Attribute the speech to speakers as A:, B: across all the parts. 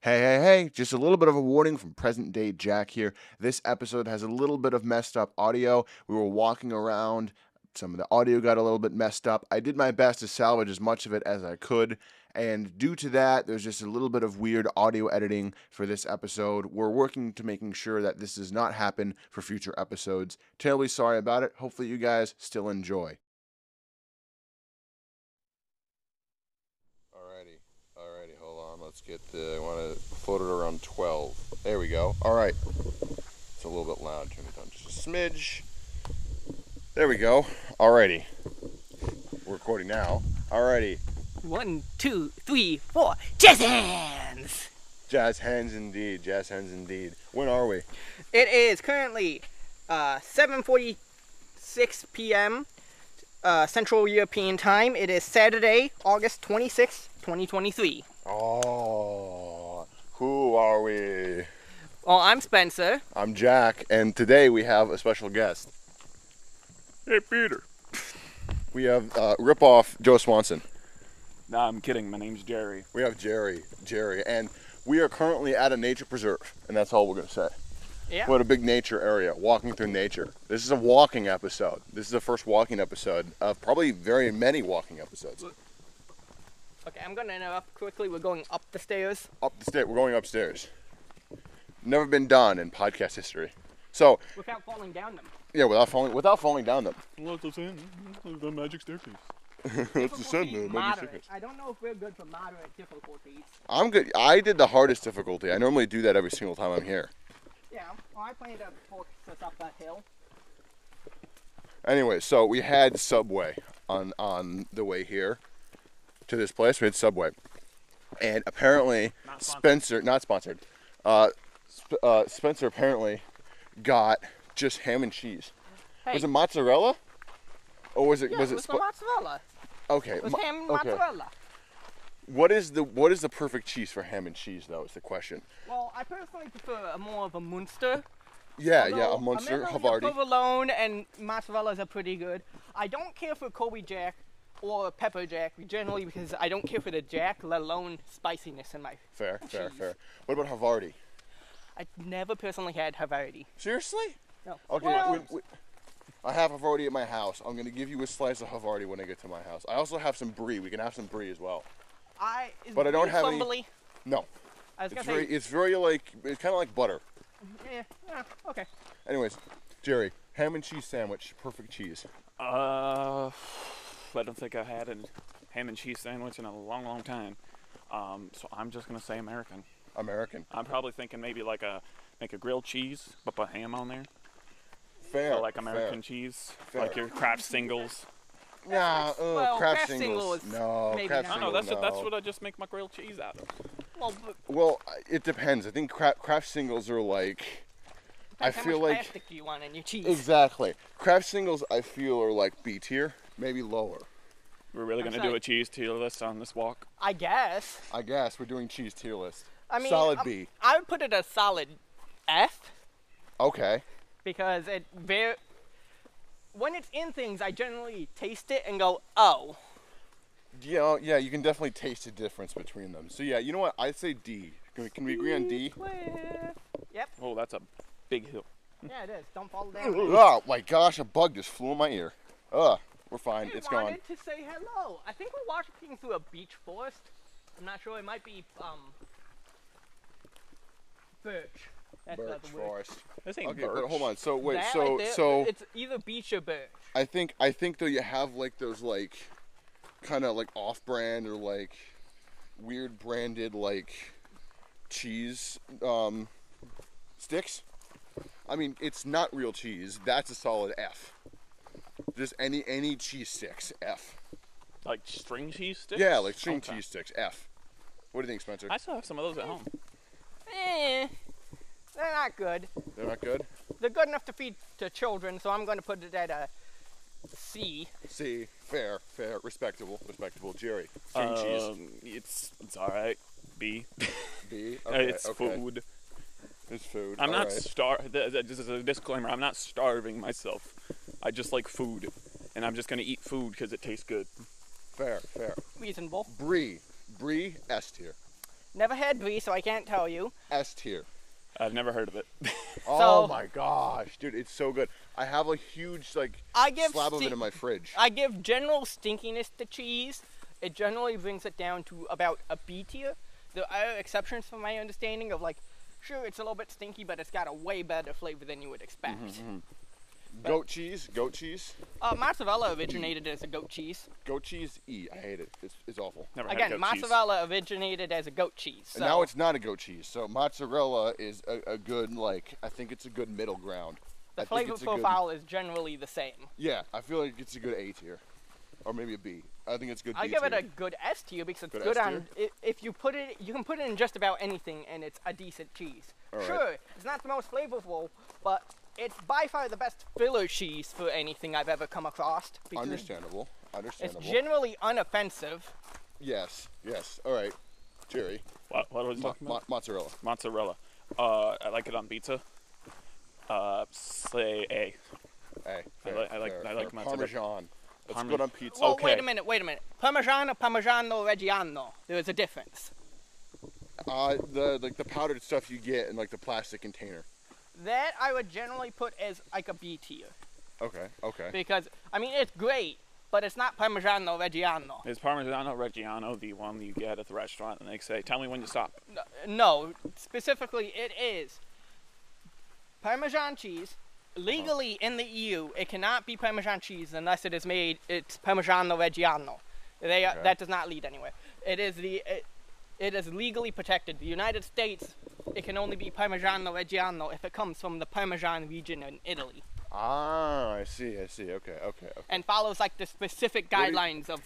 A: Hey, hey, hey, just a little bit of a warning from present day Jack here. This episode has a little bit of messed up audio. We were walking around, some of the audio got a little bit messed up. I did my best to salvage as much of it as I could, and due to that, there's just a little bit of weird audio editing for this episode. We're working to making sure that this does not happen for future episodes. Terribly sorry about it. Hopefully, you guys still enjoy. Alrighty, alrighty, hold on. Let's get the. I want to float it around 12. There we go. All right. It's a little bit loud. Turn it down just a smidge. There we go. Alrighty. We're recording now. Alrighty.
B: One, two, three, four. Jazz hands!
A: Jazz hands indeed. Jazz hands indeed. When are we?
B: It is currently uh, 7.46 p.m. Uh, Central European Time. It is Saturday, August twenty sixth, 2023.
A: Oh, who are we?
B: Well, I'm Spencer.
A: I'm Jack, and today we have a special guest.
C: Hey, Peter.
A: We have uh, ripoff Joe Swanson.
C: Nah, I'm kidding. My name's Jerry.
A: We have Jerry. Jerry, and we are currently at a nature preserve, and that's all we're gonna say.
B: Yeah.
A: What a big nature area, walking through nature. This is a walking episode. This is the first walking episode of probably very many walking episodes.
B: Okay, I'm gonna interrupt quickly. We're going up the stairs.
A: Up the stairs, we're going upstairs. Never been done in podcast history. So,
B: Without falling down them.
A: yeah, without falling without falling down them.
C: Let's ascend the magic staircase.
A: Let's
B: Difficulty
A: ascend the magic
B: moderate.
A: staircase.
B: I don't know if we're good for moderate difficulties.
A: I'm good. I did the hardest difficulty. I normally do that every single time I'm here.
B: Yeah, well, I plan to force us up that hill.
A: Anyway, so we had Subway on on the way here to this place. We had Subway, and apparently
C: Not sponsored.
A: Spencer, not sponsored. Uh, Sp- uh, Spencer apparently got just ham and cheese.
B: Hey,
A: Was it mozzarella? Or was it
B: yeah,
A: was
B: it
A: it,
B: was the
A: spo-
B: mozzarella.
A: okay?
B: It was
A: mo-
B: ham and
A: okay.
B: mozzarella.
A: What is the what is the perfect cheese for ham and cheese though? Is the question.
B: Well, I personally prefer a more of a Munster.
A: Yeah, yeah,
B: although
A: a Munster,
B: American
A: Havarti.
B: Provolone and mozzarella's are pretty good. I don't care for Kobe Jack or Pepper Jack generally because I don't care for the Jack, let alone spiciness in my.
A: Fair, fair,
B: cheese.
A: fair. What about Havarti?
B: I never personally had Havarti.
A: Seriously?
B: No.
A: Okay.
B: Well,
A: we- we- I have Havarti at my house. I'm gonna give you a slice of Havarti when I get to my house. I also have some brie. We can have some brie as well.
B: I is
A: but I don't
B: brie
A: have any-
B: crumbly?
A: No,
B: I was
A: it's
B: gonna
A: very,
B: say.
A: it's very like it's kind of like butter.
B: Yeah, yeah, okay.
A: Anyways, Jerry, ham and cheese sandwich, perfect cheese.
C: Uh, I don't think I've had a ham and cheese sandwich in a long, long time. Um, so I'm just gonna say American.
A: American.
C: I'm probably thinking maybe like a make a grilled cheese, but put ham on there.
A: Fair.
C: Or like
A: fair.
C: American cheese,
A: Fair.
C: like your Kraft singles.
A: Nah, uh,
B: Well,
A: crab
B: Kraft
A: singles.
B: singles,
A: No,
B: maybe
A: crab
B: not.
C: I
A: singles.
C: don't know. That's
A: no.
C: what, that's what I just make my grilled cheese out of.
B: Well, but
A: Well, I- it depends. I think cra- craft singles are like. I
B: depends how
A: feel
B: much
A: like
B: plastic do you want in your cheese?
A: exactly craft singles. I feel are like B tier, maybe lower.
C: We're really
B: I'm
C: gonna do
B: sorry.
C: a cheese tier list on this walk.
B: I guess.
A: I guess we're doing cheese tier list.
B: I mean,
A: solid
B: um,
A: B.
B: I would put it a solid F
A: Okay.
B: because it very when it's in things, I generally taste it and go, oh.
A: Yeah, yeah, you can definitely taste the difference between them. So yeah, you know what? I'd say D. Can we, can we agree on D?
B: Yep.
C: Oh, that's a big hill.
B: Yeah, it is. Don't fall down.
A: Oh my gosh, a bug just flew in my ear. Ugh, we're fine. It's
B: I
A: gone.
B: wanted to say hello. I think we're walking through a beach forest. I'm not sure. It might be um birch. That's not
A: Birch
B: the word.
A: forest.
C: This ain't
A: Okay,
C: birch.
A: but hold on. So wait,
B: That
A: so
B: right there,
A: so
B: it's either beach or birch.
A: I think I think though you have like those like kind of like off-brand or like weird branded like cheese um sticks. I mean, it's not real cheese. That's a solid F. Just any any cheese sticks F.
C: Like string cheese sticks.
A: Yeah, like string
C: Okay.
A: cheese sticks F. What do you think, Spencer?
C: I still have some of those at home.
B: Eh, they're not good.
A: They're not good.
B: They're good enough to feed to children, so I'm going to put it at a C.
A: See, fair, fair, respectable, respectable. Jerry, string cheese.
C: Um, It's it's all right. B.
A: B.
C: Uh,
A: Okay,
C: it's
A: okay.
C: food.
A: It's food.
C: I'm not
A: alright.
C: star. Th- th- this is a disclaimer. I'm not starving myself. I just like food, and I'm just gonna eat food because it tastes good.
A: fair, fair.
B: Reasonable.
A: Brie, Brie, S tier.
B: Never had brie, so I can't tell you.
A: S tier.
C: I've never heard of it.
A: Oh
B: So-
A: my gosh, dude, it's so good. I have a huge like
B: I give
A: slab of
B: ste-
A: it in my fridge.
B: I give general stinkiness to cheese. It generally brings it down to about a B tier. There are exceptions from my understanding of like, sure, it's a little bit stinky, but it's got a way better flavor than you would expect.
A: Mm-hmm, goat cheese, goat cheese,
B: Uh, mozzarella originated as a goat cheese.
A: goat cheese. E. I hate it. It's, it's awful.
C: Never had
B: Again,
C: goat cheese.
B: mozzarella originated as a goat cheese. So
A: And now it's not a goat cheese. So mozzarella is a, a good like. I think it's a good middle ground.
B: the
A: I think
B: flavor
A: it's a good-
B: profile is generally the same.
A: yeah, I feel like it's a good A tier, or maybe a B. I think it's good.
B: I
A: B
B: give it
A: tier.
B: a good S tier because it's
A: Good
B: good,
A: S
B: on. i- If you put it, you can put it in just about anything, and it's a decent cheese.
A: All right.
B: sure, it's not the most flavorful, but it's by far the best filler cheese for anything I've ever come across. because
A: Understandable.
B: It's
A: Understandable.
B: generally unoffensive.
A: yes. Yes. All right. Jerry,
C: What, what was it
A: mo-
C: talking
A: mo-
C: about?
A: mozzarella.
C: mozzarella. Uh, I like it on pizza. Uh, say A.
A: Hey,
C: I
A: fair,
C: like- I like-
A: fair,
C: I like
A: fair.
C: mozzarella.
A: Parmesan. That's
C: Parme-
A: good on pizza.
B: Well, wait
C: okay.
B: a minute, wait a minute. Parmigiano, Parmigiano, Reggiano. There is a difference.
A: Uh, the like the powdered stuff you get in like the plastic container.
B: That I would generally put as like a B tier
A: Okay. Okay.
B: because I mean it's great, but it's not Parmigiano, Reggiano.
C: Is Parmigiano Reggiano the one you get at the restaurant and they say, tell me when to stop?
B: No, specifically, it is Parmesan cheese. Legally
A: Uh-huh.
B: in the EU, it cannot be Parmesan cheese unless it is made. It's Parmigiano Reggiano. They
A: Okay.
B: are, that does not lead anywhere. It is the it, it is legally protected. The United States, it can only be Parmigiano Reggiano if it comes from the Parmesan region in Italy
A: Ah, I see. I see. Okay. Okay. Okay.
B: and follows like the specific
A: What do you-
B: guidelines of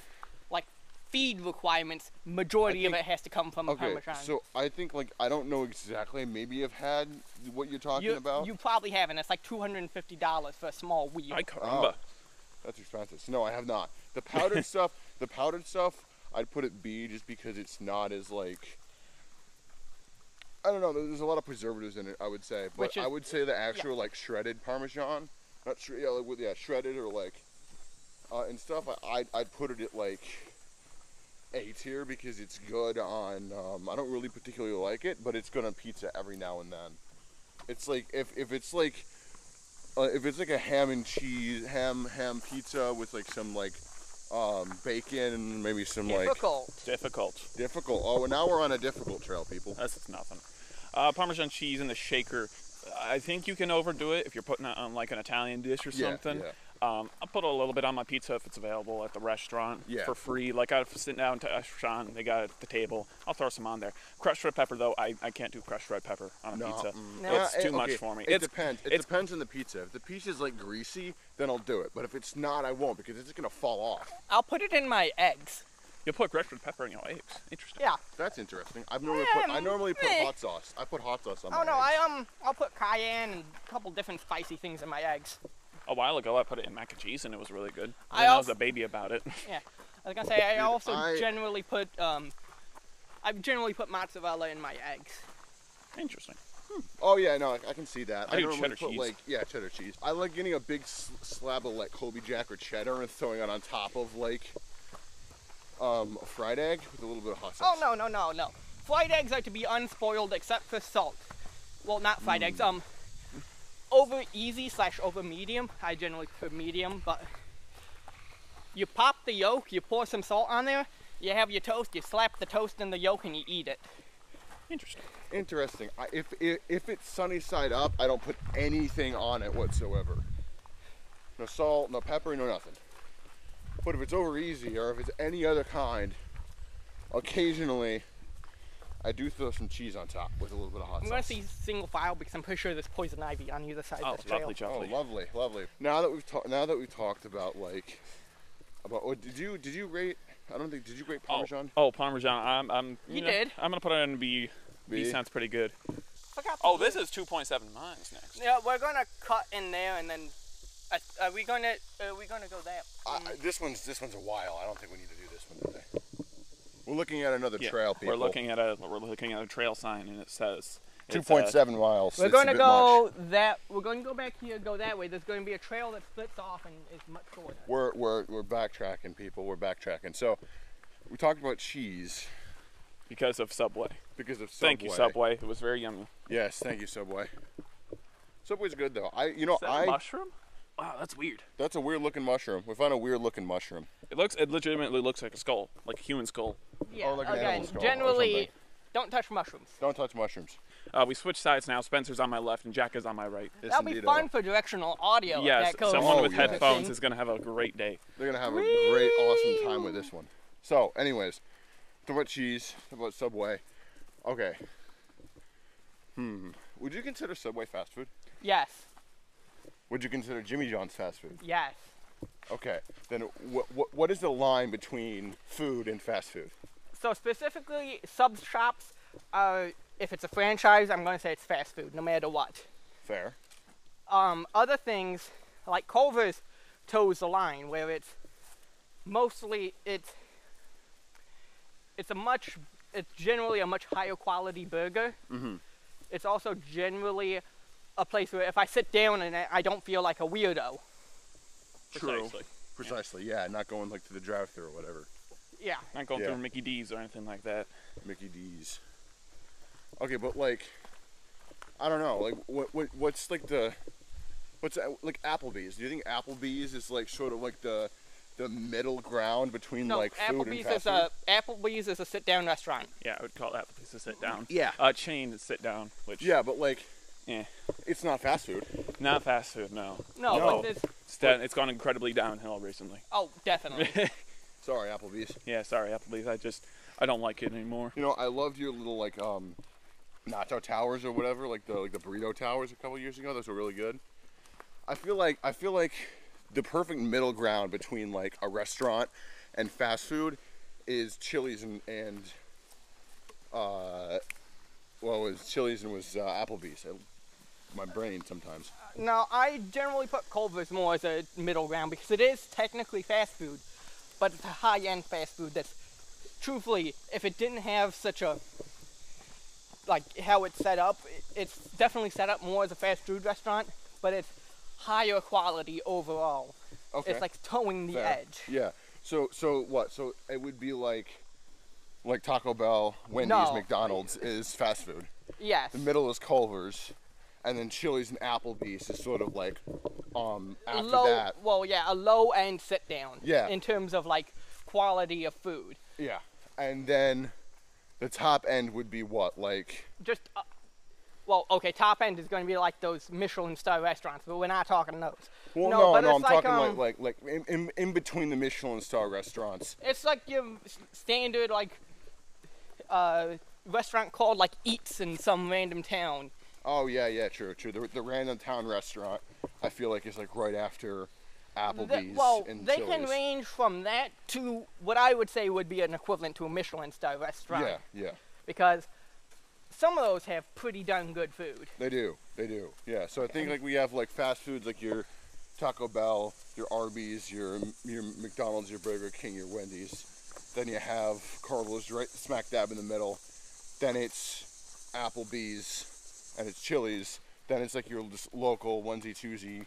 B: like feed requirements. Majority
A: think-
B: of it has to come from
A: Okay,
B: Parmesan.
A: so I think like I don't know exactly. Maybe I've had what you're talking
B: you,
A: about.
B: You probably haven't. It's like two hundred and fifty dollars for a small wheel.
C: I caramba.
A: That's expensive. So, no, I have not. The powdered stuff. The powdered stuff. I'd put it B just because it's not as like. I don't know. there- There's a lot of preservatives in it. I would say, but
B: Which is-
A: I would say the actual like shredded Parmesan, not shre- yeah, like, with- yeah, shredded or like, uh, and stuff. I I'd, I'd put it at like. A tier because it's good on. Um, I don't really particularly like it, but it's good on pizza every now and then. It's like if if it's like uh, if it's like a ham and cheese ham ham pizza with like some like um, bacon and maybe some like
B: Difficult.
C: Difficult.
A: difficult. Oh, well, now we're on a difficult trail, people.
C: That's nothing. Uh, Parmesan cheese in the shaker. I think you can overdo it if you're putting it on like an Italian dish or
A: Yeah,
C: something.
A: yeah.
C: Um, I'll put a little bit on my pizza if it's available at the restaurant
A: Yeah.
C: for free. Like I'm sitting down to a restaurant, they got it at the table. I'll throw some on there. Crushed red pepper though, I, I can't do crushed red pepper on a
A: No,
C: pizza.
A: mm,
B: No.
C: It's
A: uh,
C: too
A: eh,
C: much
A: okay,
C: for me.
A: It
C: it's
A: depends. It
C: it's-
A: depends on the pizza. If the pizza's like greasy, then I'll do it. But if it's not, I won't because it's just gonna fall off.
B: I'll put it in my eggs.
C: you put crushed red pepper in your eggs. Interesting.
B: Yeah.
A: That's interesting. I've normally put, I
B: Um,
A: normally put
B: eh.
A: hot sauce. I put hot sauce on.
B: Oh
A: my
B: no,
A: eggs.
B: I um, I'll put cayenne and a couple different spicy things in my eggs.
C: A while ago I put it in mac and cheese and it was really good.
B: I
C: Then I was
B: also-
C: a baby about it.
B: Yeah. I was gonna say I
A: Dude,
B: also
A: I-
B: generally put um, I generally put mozzarella in my eggs.
C: Interesting.
A: Oh yeah, no, I, I can see that.
C: I do
A: normally
C: cheddar
A: put
C: cheese.
A: like yeah, cheddar cheese. I like getting a big s- slab of like Kobe Jack or cheddar and throwing it on top of like um a fried egg with a little bit of hot sauce.
B: Oh no no no no! Fried eggs are to be unspoiled except for salt. Well, not fried eggs. Um, over easy slash over medium. I generally prefer medium, but you pop the yolk, you pour some salt on there, you have your toast, you slap the toast in the yolk, and you eat it.
C: Interesting.
A: Interesting. I, if, if if it's sunny side up, I don't put anything on it whatsoever. No salt, no pepper, no nothing. But if it's over easy or if it's any other kind, occasionally I do throw some cheese on top with a little bit of hot
B: I'm
A: sauce.
B: gonna see single file because I'm pretty sure there's poison ivy on either side
C: Oh,
B: of this trail.
C: lovely,
A: Oh,
C: lovely.
A: lovely, lovely. Now that we've talked, now that we've talked about like, about oh, did you did you rate? I don't think did you rate Parmesan?
C: Oh, oh Parmesan. I'm, I'm. You,
B: You
C: know,
B: did.
C: I'm gonna put it in B. B,
A: B.
C: sounds pretty good.
B: Forgot the
C: Oh, this
B: blue.
C: is 2.7 miles next.
B: Yeah, we're gonna cut in there and then. Uh, are we gonna? Are we gonna go there?
C: Uh,
A: I- I- this one's this one's a while. I don't think we need to do this one today. We're looking at another
C: Yeah,
A: trail, people.
C: We're looking at a we're looking at a trail sign and it says it's, uh,
A: two point seven miles.
B: We're
A: It's a
B: gonna
A: bit
B: go
A: much.
B: that. We're gonna go back here, go that way. There's gonna be a trail that splits off and is much shorter.
A: We're we're we're backtracking, people. We're backtracking. So we talked about cheese.
C: because of Subway.
A: because of Subway.
C: Thank you, Subway. It was very yummy.
A: Yes, thank you, Subway. Subway's good though. I, you know,
C: Is that a
A: I
C: mushroom? Wow, that's weird.
A: that's a weird looking mushroom. We found a weird looking mushroom.
C: It looks. It legitimately looks like a skull, like a human skull.
B: Yeah.
A: like an
B: Again,
A: animal skull or
B: generally,
A: something.
B: don't touch mushrooms.
A: Don't touch mushrooms.
C: Uh, we switch sides now. Spencer's on my left and Jack is on my right.
A: Yes,
B: That'll be
A: indeed,
B: fun
A: uh,
B: for directional audio. if
C: yes,
B: that goes
C: someone
A: Oh,
C: with
A: yes.
C: headphones
B: Thing.
C: is gonna have a great day.
A: They're gonna have a great, awesome time with this one. So, anyways, talk about cheese, talk about Subway. Okay. Hmm. Would you consider Subway fast food?
B: Yes.
A: Would you consider Jimmy John's fast food?
B: Yes.
A: Okay. Then what wh- what is the line between food and fast food?
B: So specifically, sub shops are. If it's a franchise, I'm going to say it's fast food, no matter what.
A: Fair.
B: Um, other things like Culver's toes the line, where it's mostly it's it's a much it's generally a much higher quality burger. Mm-hmm. It's also generally a place where if I sit down and I- I don't feel like a weirdo.
C: Precisely.
A: Precisely. Yeah. Not going like to the drive-through or whatever.
B: Yeah.
C: Not going
A: Yeah.
C: through Mickey D's or anything like that.
A: Mickey D's. Okay, but like, I don't know. Like, what, what what's like the, what's uh, like Applebee's? Do you think Applebee's is like sort of like the, the middle ground between
B: No,
A: like food and
B: Applebee's
A: fast
B: is uh, a Applebee's is a sit down restaurant.
C: Yeah, I would call that place a sit down.
A: Yeah.
C: Uh, chain is sit down, which
A: food? Yeah, but like,
C: eh,
A: it's not fast food.
C: not fast food. No.
B: No,
A: No.
B: but it's
C: It's, done- it's gone incredibly downhill recently.
B: oh definitely.
A: Sorry, Applebee's.
C: Yeah, sorry, Applebee's. I just I don't like it anymore.
A: You know, I loved your little like um, nacho towers or whatever, like the like the burrito towers a couple years ago. Those were really good. I feel like I feel like the perfect middle ground between like a restaurant and fast food is Chili's and and uh, well, it was Chili's and was uh, Applebee's. I, my brain sometimes.
B: No, I generally put Culver's more as a middle ground because it is technically fast food, but it's a high end fast food that's, truthfully, if it didn't have such a, like how it's set up, it- it's definitely set up more as a fast food restaurant, but it's higher quality overall.
A: Okay.
B: It's like towing the
A: Fair.
B: edge.
A: Yeah. So so what? So it would be like like Taco Bell, Wendy's,
B: No.
A: McDonald's is fast food.
B: Yes.
A: The middle is Culver's, and then Chili's and Applebee's is sort of like um after
B: low,
A: that.
B: well, yeah, a low end sit down.
A: Yeah.
B: In terms of like quality of food,
A: Yeah. And then the top end would be what? Like
B: just. Uh, well, okay, top end is going to be like those Michelin star restaurants, but we're not talking those.
A: well no, no,
B: but
A: I'm
B: it's
A: talking
B: um,
A: like like like in, in, in between the Michelin star restaurants.
B: It's like your s- standard like uh, restaurant called like Eats in some random town.
A: Oh yeah, yeah, true, true. The, the random town restaurant I feel like is like right after
B: Th-
A: Applebee's
B: well,
A: and
B: they
A: Chili's.
B: can range from that to what I would say would be an equivalent to a Michelin star restaurant
A: yeah, yeah.
B: because some of those have pretty darn good food.
A: They do. They do. Yeah. So I think like we have like fast foods like your Taco Bell, your Arby's, your your McDonald's, your Burger King, your Wendy's. Then you have Carlos right smack dab in the middle. Then it's Applebee's and it's Chili's. Then it's like your just local onesie twosie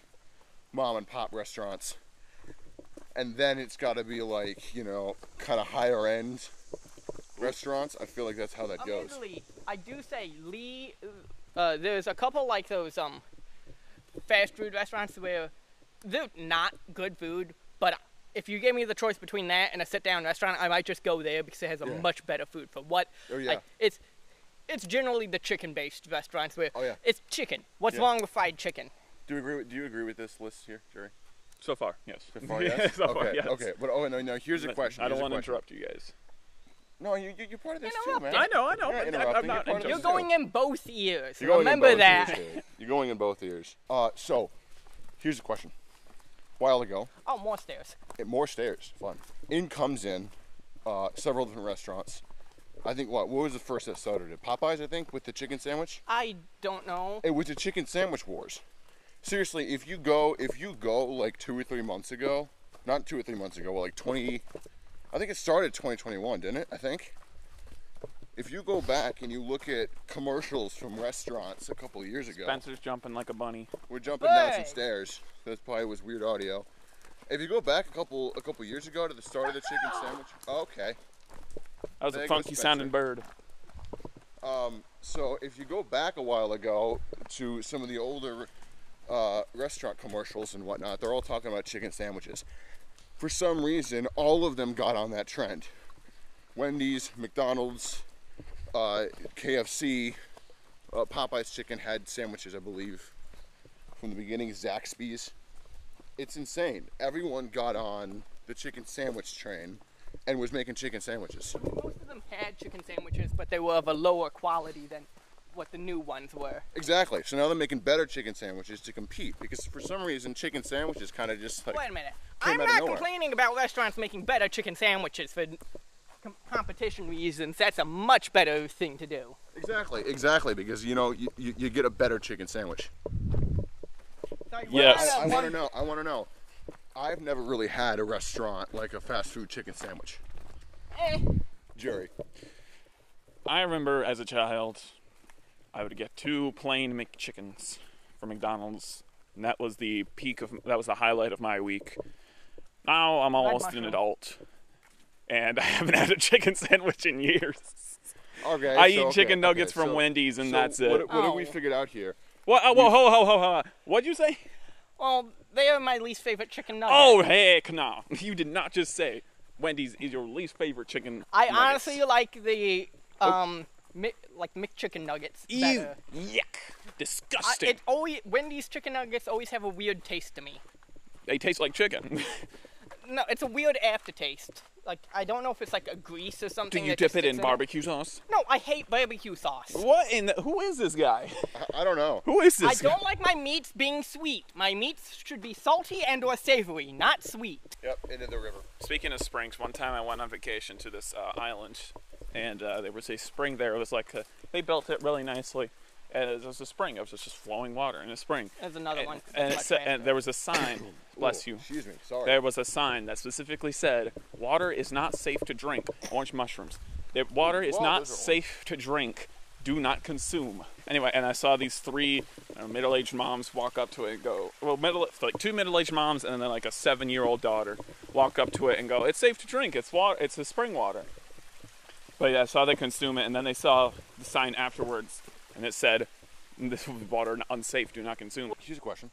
A: mom and pop restaurants. And then it's got to be like you know kind of higher end restaurants. I feel like that's how that goes.
B: Admittedly, I do say Lee. Uh, there's a couple like those um fast food restaurants where they're not good food, but if you gave me the choice between that and a sit down restaurant, I might just go there because it has a
A: Yeah.
B: much better food for what.
A: Oh, yeah.
B: Like, it's it's generally the chicken based restaurants where
A: Oh, yeah.
B: it's chicken. What's
A: Yeah.
B: wrong with fried chicken?
A: Do you agree? With, do you agree with this list here, Jerry?
C: So far, yes. So
A: far, yes?
C: so
A: okay,
C: far, yes.
A: okay. But oh no, no. Here's a question.
C: I don't
A: here's a
C: want to
A: question.
C: interrupt you guys.
A: No, you you- you're part of this too, man.
B: Interrupting.
C: I know, I know,
A: You're
C: but I-
A: interrupting.
C: I'm not
A: part of this
B: You're
C: Just
A: too.
B: going in both ears.
A: You're going in
B: Remember
A: both
B: that.
A: ears, Jerry. you're going in both ears. Uh, so here's a question. A while ago,
B: Oh, more stairs.
A: at more stairs, fun. In comes in, uh, several different restaurants. I think what what was the first that started it? Popeyes, I think, with the chicken sandwich.
B: I don't know.
A: It was the chicken sandwich wars. Seriously, if you go if you go like two or three months ago, not two or three months ago, well, like twenty, I think it started 2021, didn't it? I think. If you go back and you look at commercials from restaurants a couple of years ago,
C: Spencer's jumping like a bunny.
A: we're jumping down some
B: Hey.
A: stairs. That probably was weird audio. If you go back a couple a couple years ago to the start of the chicken sandwich, okay.
C: That was
A: There
C: a
A: goes
C: funky sounding bird.
A: Um, so if you go back a while ago to some of the older uh, restaurant commercials and whatnot, they're all talking about chicken sandwiches. For some reason, all of them got on that trend. Wendy's, McDonald's, uh, KFC, uh, Popeye's Chicken had sandwiches, I believe, from the beginning. Zaxby's. It's insane. Everyone got on the chicken sandwich train and was making chicken sandwiches.
B: Most of them had chicken sandwiches, but they were of a lower quality than what the new ones were.
A: Exactly. So now they're making better chicken sandwiches to compete because for some reason chicken sandwiches kind of just like
B: Wait a minute.
A: Came
B: I'm
A: out of
B: not
A: nowhere.
B: complaining about restaurants making better chicken sandwiches for com- competition reasons. That's a much better thing to do.
A: exactly exactly because you know you, you, you get a better chicken sandwich.
B: Like,
C: Yes.
B: we're
A: I,
B: at
A: want
B: a
A: to
B: one-
A: know. I want to know. I've never really had a restaurant like a fast food chicken sandwich.
B: eh,
A: Jerry.
C: I remember as a child, I would get two plain McChickens from McDonald's, and that was the peak of that was the highlight of my week. Now I'm almost an
B: mushroom.
C: adult, and I haven't had a chicken sandwich in years.
A: Okay.
C: I
A: so-
C: eat
A: okay,
C: chicken
A: okay,
C: nuggets from
A: so-
C: Wendy's, and
A: so
C: that's
A: What,
C: it.
A: what have we
B: Oh.
A: figured out here?
C: What? Oh, whoa, ho, ho, ho, ho! What'd you say?
B: well, they are my least favorite chicken nuggets.
C: Oh, heck no! You did not just say Wendy's is your least favorite chicken.
B: I
C: nuggets.
B: honestly like the
A: Oh.
B: um mi- like McChicken nuggets
C: Ew,
B: better.
C: yuck,
B: I,
C: disgusting.
B: it always Wendy's chicken nuggets always have a weird taste to me.
C: they taste like chicken.
B: No, it's a weird aftertaste. Like I don't know if it's like a grease or
C: Do
B: something.
C: you
B: that
C: dip
B: just
C: it
B: sits
C: in barbecue sauce?
B: No, I hate barbecue sauce.
C: What in the, who is this guy?
A: I, I don't know.
C: Who is
B: I
C: this? guy?
B: don't like my meats being sweet. My meats should be salty and or savory, not sweet.
A: Yep. Into the river.
C: Speaking of springs, one time I went on vacation to this uh, island, and uh, there was a spring there. It was like uh they built it really nicely, and it was a spring. It was just flowing water in a spring.
B: There's another
C: And,
B: one.
C: and, it
B: Much
C: sa-
B: faster.
C: and there was a sign. bless
A: Ooh,
C: you.
A: Excuse me. Sorry.
C: There was a sign that specifically said, "Water is not safe to drink. Orange mushrooms. That water is
A: Whoa,
C: not
A: those are orange.
C: safe to drink. Do not consume." Anyway, and I saw these three uh, middle-aged moms walk up to it and go, well, middle like two middle-aged moms and then like a seven-year-old daughter walk up to it and go, "It's safe to drink. It's water. It's a spring water." But yeah, I saw they consume it, and then they saw the sign afterwards, and it said, "This water unsafe. Do not consume."
A: Here's a question.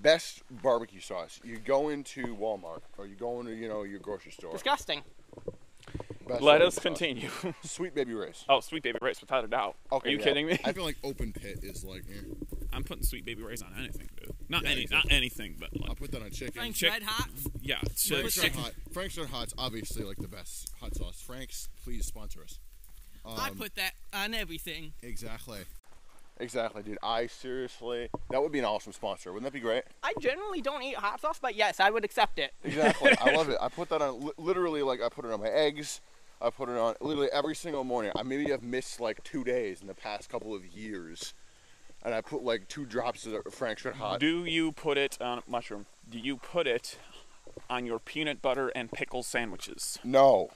A: Best barbecue sauce. You go into Walmart or you go into you know your grocery store.
B: disgusting.
A: Best
C: Let
A: barbecue
C: us
A: sauce.
C: continue.
A: Sweet baby rays.
C: Oh, Sweet Baby Ray's without a doubt.
A: Okay.
C: Are you
A: yeah.
C: kidding me?
A: I feel like open pit is like. eh.
C: I'm putting Sweet Baby Ray's on anything, dude. Not
A: Yeah,
C: any,
A: exactly.
C: not anything, but
A: I'll
C: like,
A: put that on chicken.
D: Frank's
C: Chick-
D: Red Hot.
C: yeah,
A: Frank's
C: chick-
A: Red Hot. Frank's Red Hot's obviously like the best hot sauce. Frank's, please sponsor us. Um,
D: I put that on everything.
A: Exactly. Exactly, dude. I seriously, that would be an awesome sponsor. Wouldn't that be great?
B: I generally don't eat hot sauce, but yes, I would accept it.
A: Exactly. I love it. I put that on li- literally like I put it on my eggs. I put it on literally every single morning. I maybe have missed like two days in the past couple of years, and I put like two drops of the Frank's Red Hot.
C: Do you put it on mushroom? Do you put it on your peanut butter and pickle sandwiches?
A: No,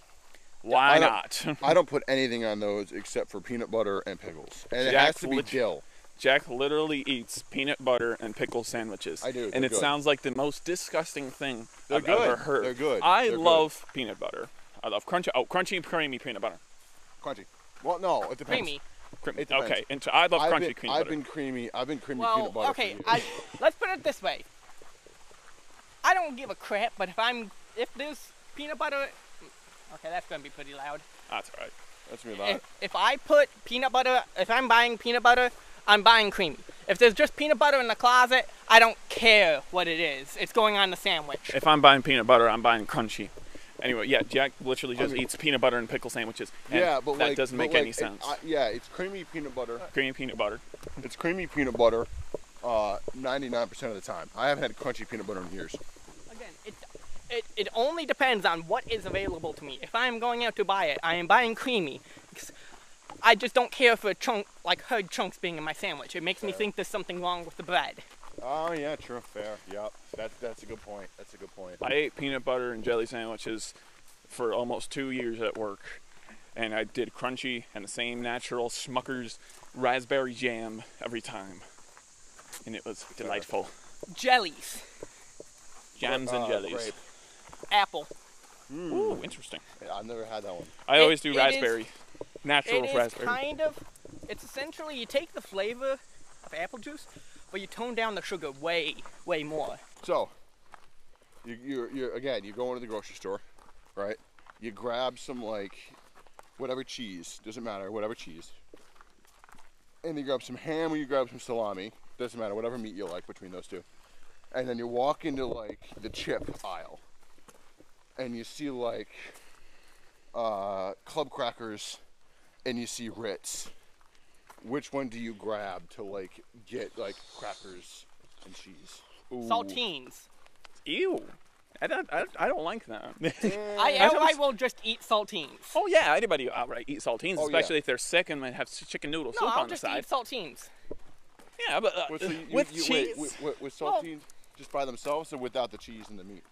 C: Why
A: I don't-
C: not?
A: I don't put anything on those except for peanut butter and pickles, and it
C: Jack
A: has to be
C: lit-
A: dill.
C: Jack literally eats peanut butter and pickle sandwiches.
A: I do,
C: and
A: they're
C: it
A: good.
C: sounds like the most disgusting thing
A: They're
C: I've
A: good,
C: ever heard.
A: they're good,
C: I
A: they're good.
C: love peanut butter. I love crunchy. Oh, crunchy and creamy peanut butter.
A: Crunchy. Well, no, it depends.
B: Creamy.
C: Cream-
A: It depends.
C: okay, and t- I love
A: I've
C: crunchy
A: been,
C: cream
A: I've
C: butter.
A: been creamy. I've been creamy
B: Well,
A: peanut butter.
B: okay.
A: for
B: I
A: years.
B: let's put it this way. I don't give a crap, but if I'm if there's peanut butter, okay, that's gonna be pretty loud.
C: That's all right.
A: That's me
B: If, if I put peanut butter, if I'm buying peanut butter, I'm buying creamy. If there's just peanut butter in the closet, I don't care what it is. It's going on the sandwich.
C: If I'm buying peanut butter, I'm buying crunchy. Anyway, yeah, Jack literally just
A: I mean-
C: eats peanut butter and pickle sandwiches. and
A: Yeah, but
C: that
A: like,
C: doesn't
A: but
C: make
A: like,
C: any
A: it-
C: sense.
A: I- yeah, it's creamy peanut butter.
C: Creamy peanut butter.
A: It's creamy peanut butter. Uh, 99% of the time. I haven't had crunchy peanut butter in years.
B: Again, it, it it only depends on what is available to me. If I'm going out to buy it, I am buying creamy. 'Cause I just don't care for chunk like hard chunks being in my sandwich. It makes me
A: Fair.
B: think there's something wrong with the bread.
A: Oh yeah, true, fair. Yep, that's that's a good point. That's a good point.
C: I ate peanut butter and jelly sandwiches for almost two years at work, and I did crunchy and the same natural Smucker's raspberry jam every time, and it was delightful.
B: Jellies,
C: Jams and
A: Uh,
C: jellies.
A: grape. Hmm.
B: apple.
C: Ooh, interesting.
A: Yeah, I've never had that one.
C: I
B: It-
C: always do
B: it is-
C: raspberry, natural
B: It is
C: raspberry.
B: kind of. It's essentially you take the flavor of apple juice, but you tone down the sugar way, way more.
A: So, you, you're, you're again, you go into the grocery store, right? You grab some like whatever cheese, doesn't matter, whatever cheese. And you grab some ham or you grab some salami, doesn't matter, whatever meat you like between those two. And then you walk into like the chip aisle, and you see like uh, club crackers, and you see Ritz. Which one do you grab to like get like crackers and cheese?
B: Saltines.
C: Ew. I don't, I, I don't like that.
B: I,
C: I don't-
B: I, I will just eat saltines.
C: oh, yeah, anybody outright eat saltines,
A: Oh, yeah.
C: especially if they're sick and might have s- chicken
B: No,
C: noodle soup
B: I'll
C: on the
B: just
C: side.
B: eat saltines.
C: yeah, but uh,
A: Wait, so you-
C: with
A: you-
C: cheese.
A: wait, Wait, wait, with
B: Well-
A: saltines just by themselves or without the cheese and the meat?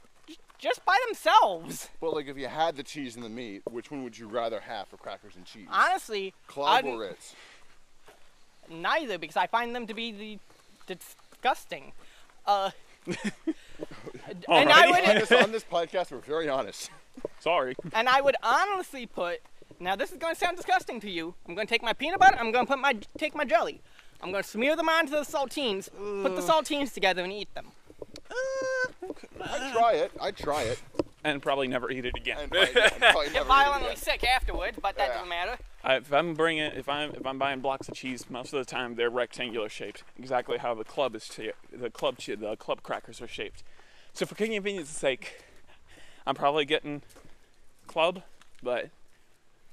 B: Just by themselves.
A: But like if you had the cheese and the meat, which one would you rather have for crackers and cheese?
B: Honestly,
A: Clog
B: I'm-
A: or Ritz?
B: neither because I find them to be the disgusting. Uh, and
C: Alrighty.
B: I
A: on,
B: would
A: this, on this podcast, we're very honest.
C: Sorry.
B: and I would honestly put. Now this is going to sound disgusting to you. I'm going to take my peanut butter. I'm going to put my take my jelly. I'm going to smear them onto the saltines. Put the saltines together and eat them.
A: I'd try it. I'd try it.
C: And probably never eat it again.
A: And probably, I'd probably never eat
B: Get
A: it
B: violently
A: again.
B: sick afterwards, but that
A: Yeah.
B: doesn't matter.
C: I, if I'm bringing, if I'm if I'm buying blocks of cheese, most of the time they're rectangular shaped, exactly how the club is shaped, the club chi- the club crackers are shaped. So for convenience's sake, I'm probably getting club, but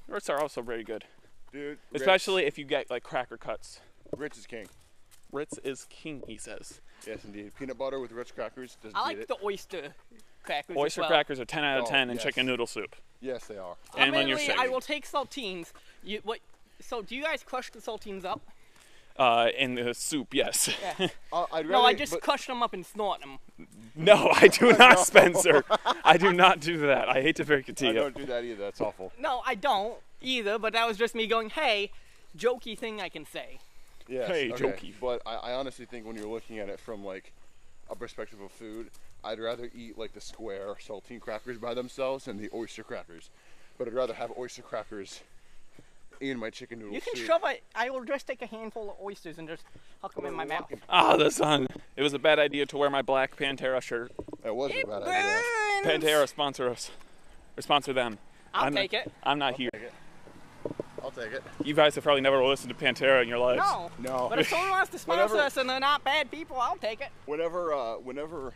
C: Ritz are also very good,
A: Dude,
C: especially if you get like cracker cuts.
A: Ritz, Ritz is king.
C: Ritz is king, he says.
A: Yes, indeed. Peanut butter with Ritz crackers doesn't
B: I
A: beat
B: like
A: it.
B: the oyster crackers. as
C: Oyster
B: well.
C: crackers are 10 out of
A: Oh,
C: 10 in
A: yes.
C: chicken noodle soup.
A: Yes, they are.
C: And when you're
B: Admittedly, I
C: sick.
B: will take saltines. You what? So do you guys crush the saltines up?
C: Uh, in the soup, yes.
B: Yeah.
A: Uh, I'd rather,
B: no, I just
A: but-
B: crush them up and snort them.
C: No, I do not, Spencer. I do not do that. I hate to break it to
A: I
C: you.
A: don't do that either. That's awful.
B: No, I don't either, but that was just me going, hey, jokey thing I can say.
A: Yes,
C: Hey,
A: okay.
C: jokey.
A: But I, I honestly think when you're looking at it from like a perspective of food, I'd rather eat like the square saltine crackers by themselves than the oyster crackers. But I'd rather have oyster crackers in my chicken noodle
B: You can
A: soup.
B: shove it. I will just take a handful of oysters and just huck them in my mouth.
C: Ah, the sun. It was a bad idea to wear my black Pantera shirt.
A: That was a bad idea.
B: Burns!
C: Pantera sponsor us. Or sponsor them.
B: I'll
C: am
B: take it.
C: I'm not here.
A: I'll take it.
C: You guys have probably never listened to Pantera in your lives.
B: No.
A: No.
B: But if someone wants to sponsor
A: Whatever.
B: us and they're not bad people, I'll take it.
A: Whenever, uh, whenever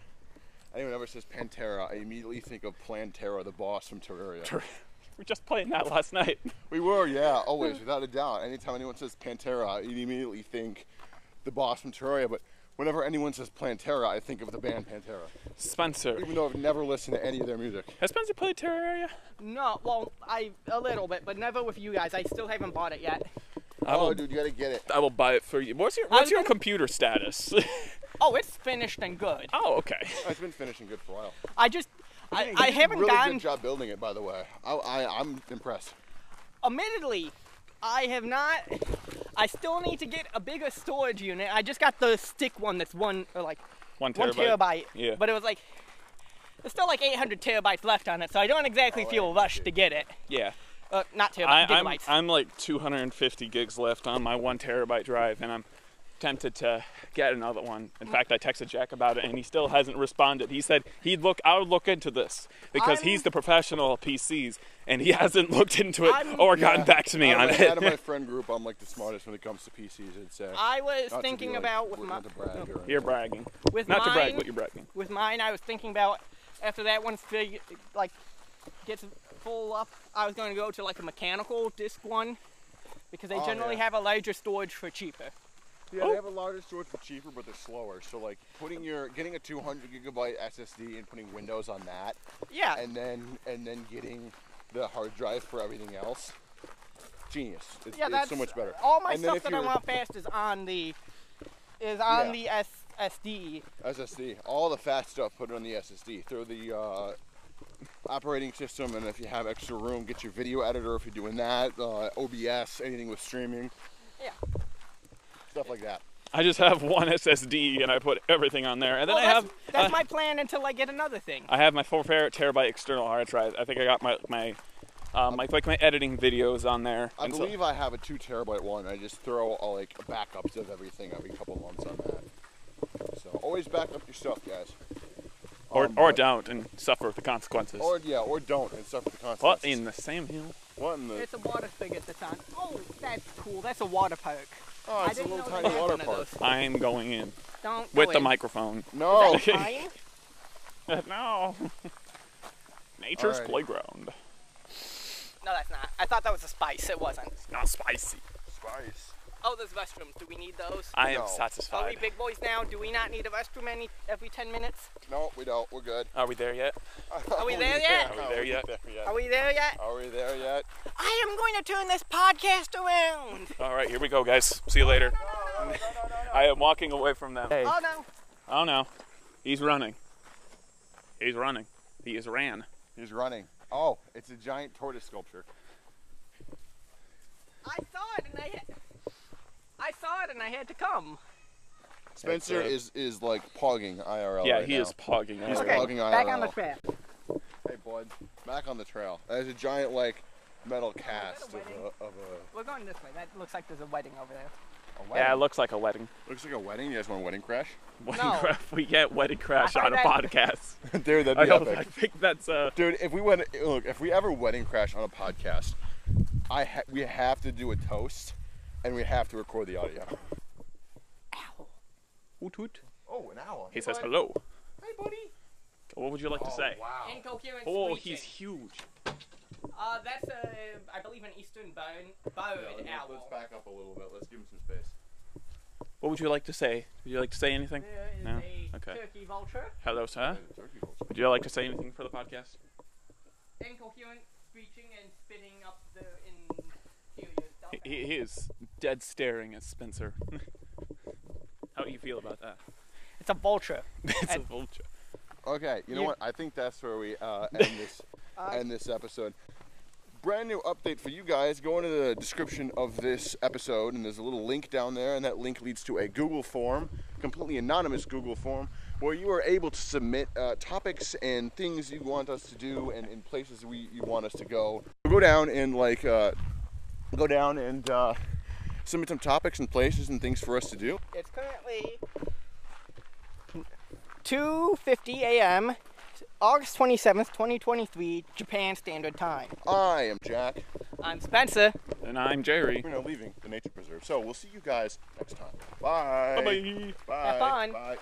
A: anyone ever says Pantera, I immediately think of Plantera, the boss from Terraria.
C: We were just playing that last night.
A: we were, yeah, always, without a doubt. Anytime anyone says Pantera, you immediately think the boss from Terraria. But whenever anyone says Plantera, I think of the band Pantera.
C: Spencer.
A: even though I've never listened to any of their music.
C: Has Spencer played Terraria?
B: No, well, I a little bit, but never with you guys. I still haven't bought it yet.
C: I will,
A: oh, dude, you gotta get it.
C: I will buy it for you. What's your, what's
B: was
C: your
B: gonna-
C: computer status?
B: Oh, it's finished and good.
C: oh, okay.
A: Oh, it's been finishing good for a while.
B: I just, I, I haven't
A: really
B: gotten.
A: good job building it, by the way. I, I, I'm impressed.
B: admittedly, I have not. I still need to get a bigger storage unit. I just got the stick one that's one or like
C: One
B: one
C: terabyte.
B: terabyte.
C: Yeah.
B: But it was like there's still like 800 terabytes left on it, so I don't exactly feel rushed to get it.
C: yeah.
B: Uh, not
C: I,
B: terabytes,
C: I'm,
B: gigabytes.
C: I'm like 250 gigs left on my one terabyte drive, and I'm tempted to get another one. In fact, I texted Jack about it, and he still hasn't responded. He said he'd look. I would look into this because
B: I'm-
C: he's the professional of PCs, and he hasn't looked into it
B: I'm-
C: or gotten back to me
A: out
C: on
A: of, my- out of my
C: it.
A: friend group, I'm like the smartest when it comes to PCs. I'd say.
B: I
A: Not
B: was
A: to be,
B: thinking
A: like,
B: about with
A: not
B: my Oh.
A: to brag or
C: You're bragging.
B: with
C: Not
B: mine,
C: to brag, but you're bragging.
B: with mine. I was thinking about after that one fig like gets full up. I was going to go to like a mechanical disc one because they
A: Oh,
B: generally
A: yeah.
B: have a larger storage for cheaper.
A: Yeah,
C: Oh.
A: they have a larger storage for cheaper, but they're slower. So like putting your getting a 200 gigabyte SSD and putting Windows on that,
B: Yeah.
A: and then and then getting the hard drive for everything else. Genius. It's,
B: Yeah,
A: it's
B: that's
A: so much better.
B: All my
A: And then
B: stuff
A: if
B: that I
A: you're-
B: want fast is on the is on
A: Yeah.
B: the S, SD.
A: SSD. All the fast stuff, put it on the SSD. Throw the uh, operating system, and if you have extra room, get your video editor if you're doing that. Uh, OBS, anything with streaming,
B: Yeah.
A: stuff like that.
C: I just have one SSD and I put everything on there, and then
B: well,
C: I
B: that's,
C: have
B: that's
C: uh,
B: my plan until I get another thing.
C: I have my four ter- terabyte external hard drive. I think I got my my um, like like my editing videos on there.
A: I
C: and so-
A: believe I have a two terabyte one. I just throw all, like backups of everything every couple months on that. So always back up your stuff, guys.
C: or
A: um,
C: or
A: but-
C: don't and suffer the consequences.
A: Or yeah, or don't and suffer the
C: what
A: consequences.
C: in the Sam Hill?
A: what in the
B: It's a water thing at the time. Oh, that's cool. That's a water park.
A: oh,
B: I
A: it's a
B: didn't
A: little
B: know they
A: tiny
B: had
A: water
B: one of
A: park.
B: those.
C: I'm going in
B: Don't go
C: with the
B: in.
C: microphone.
A: No,
B: Is that mine?
C: no. Nature's
A: Alrighty.
C: playground.
B: No, that's not. I thought that was a spice. It wasn't.
C: Not spicy.
A: spice.
B: Oh, there's restrooms. Do we need those?
C: I
A: No.
C: am
B: Are we
C: satisfied.
B: big boys now? Do we not need a restroom any every 10 minutes?
A: No, we don't. We're good.
C: Are we there yet?
B: Are we there yet?
C: Are Oh, we Oh. there yet?
B: Are we there yet?
A: Are we there yet?
B: I am going to turn this podcast around.
C: All right, here we go, guys. See you later. I am walking away from them.
B: Oh no.
C: Oh no, he's running. He's running. He is ran.
A: He's running. Oh, it's a giant tortoise sculpture.
B: I saw it and I had, I saw it and I had to come.
A: Spencer
C: That's, uh,
A: is is like pogging IRL.
C: yeah,
A: right
C: he
A: now.
C: is pogging.
A: Oh, He's
C: He's
A: Okay. Logging
B: back on the
A: IRL.
B: track.
A: Hey, bud, back on the trail. There's a giant like metal cast of
B: wedding?
A: a, of a,
B: We're going this way. That looks like there's a wedding over there.
A: a wedding.
C: Yeah, it looks like a wedding.
A: looks like a wedding. You guys want a wedding crash?
C: Wedding
B: No.
C: crash. We get wedding crash
B: I
C: on a
B: thought
C: podcast.
A: Dude, that'd
C: I,
A: be
C: don't-
A: epic.
C: I think that's uh.
A: Dude, if we went, look, if we ever wedding crash on a podcast, I ha- we have to do a toast, and we have to record the audio.
B: Ow.
C: Hoot hoot.
A: Oh, an owl.
C: He says hello.
B: Hey, buddy.
C: What would you like to say?
A: Wow.
B: Incoherent
C: Oh,
B: screeching.
C: he's huge.
B: Uh, that's a, I believe, an eastern bone, bowed owl.
A: back up a little bit. Let's give him some space.
C: What would you like to say? Would you like to say anything?
B: There is
C: No?
B: a
C: Okay.
B: turkey vulture.
C: Hello, sir. Would you like to say anything for the podcast?
B: Incoherent screeching and spinning up the interior stuff.
C: He, he is dead staring at Spencer. How do you feel about that?
B: It's a vulture.
C: It's a
B: And-
C: vulture.
A: Okay, you know
B: You-
A: what? I think that's where we uh, end this end this episode. Brand new update for you guys. Go into the description of this episode, and there's a little link down there, and that link leads to a Google form, completely anonymous Google form, where you are able to submit uh, topics and things you want us to do, and, and places we you want us to go. Go down and like uh, go down and uh, submit some topics and places and things for us to do.
B: It's currently 2:50 a.m. August 27th, 2023, Japan Standard Time.
A: I am Jack.
B: I'm Spencer.
C: And I'm Jerry.
A: We're now leaving the nature preserve. So we'll see you guys next time. Bye.
C: Bye-bye.
A: Bye.
B: Have fun.
A: Bye.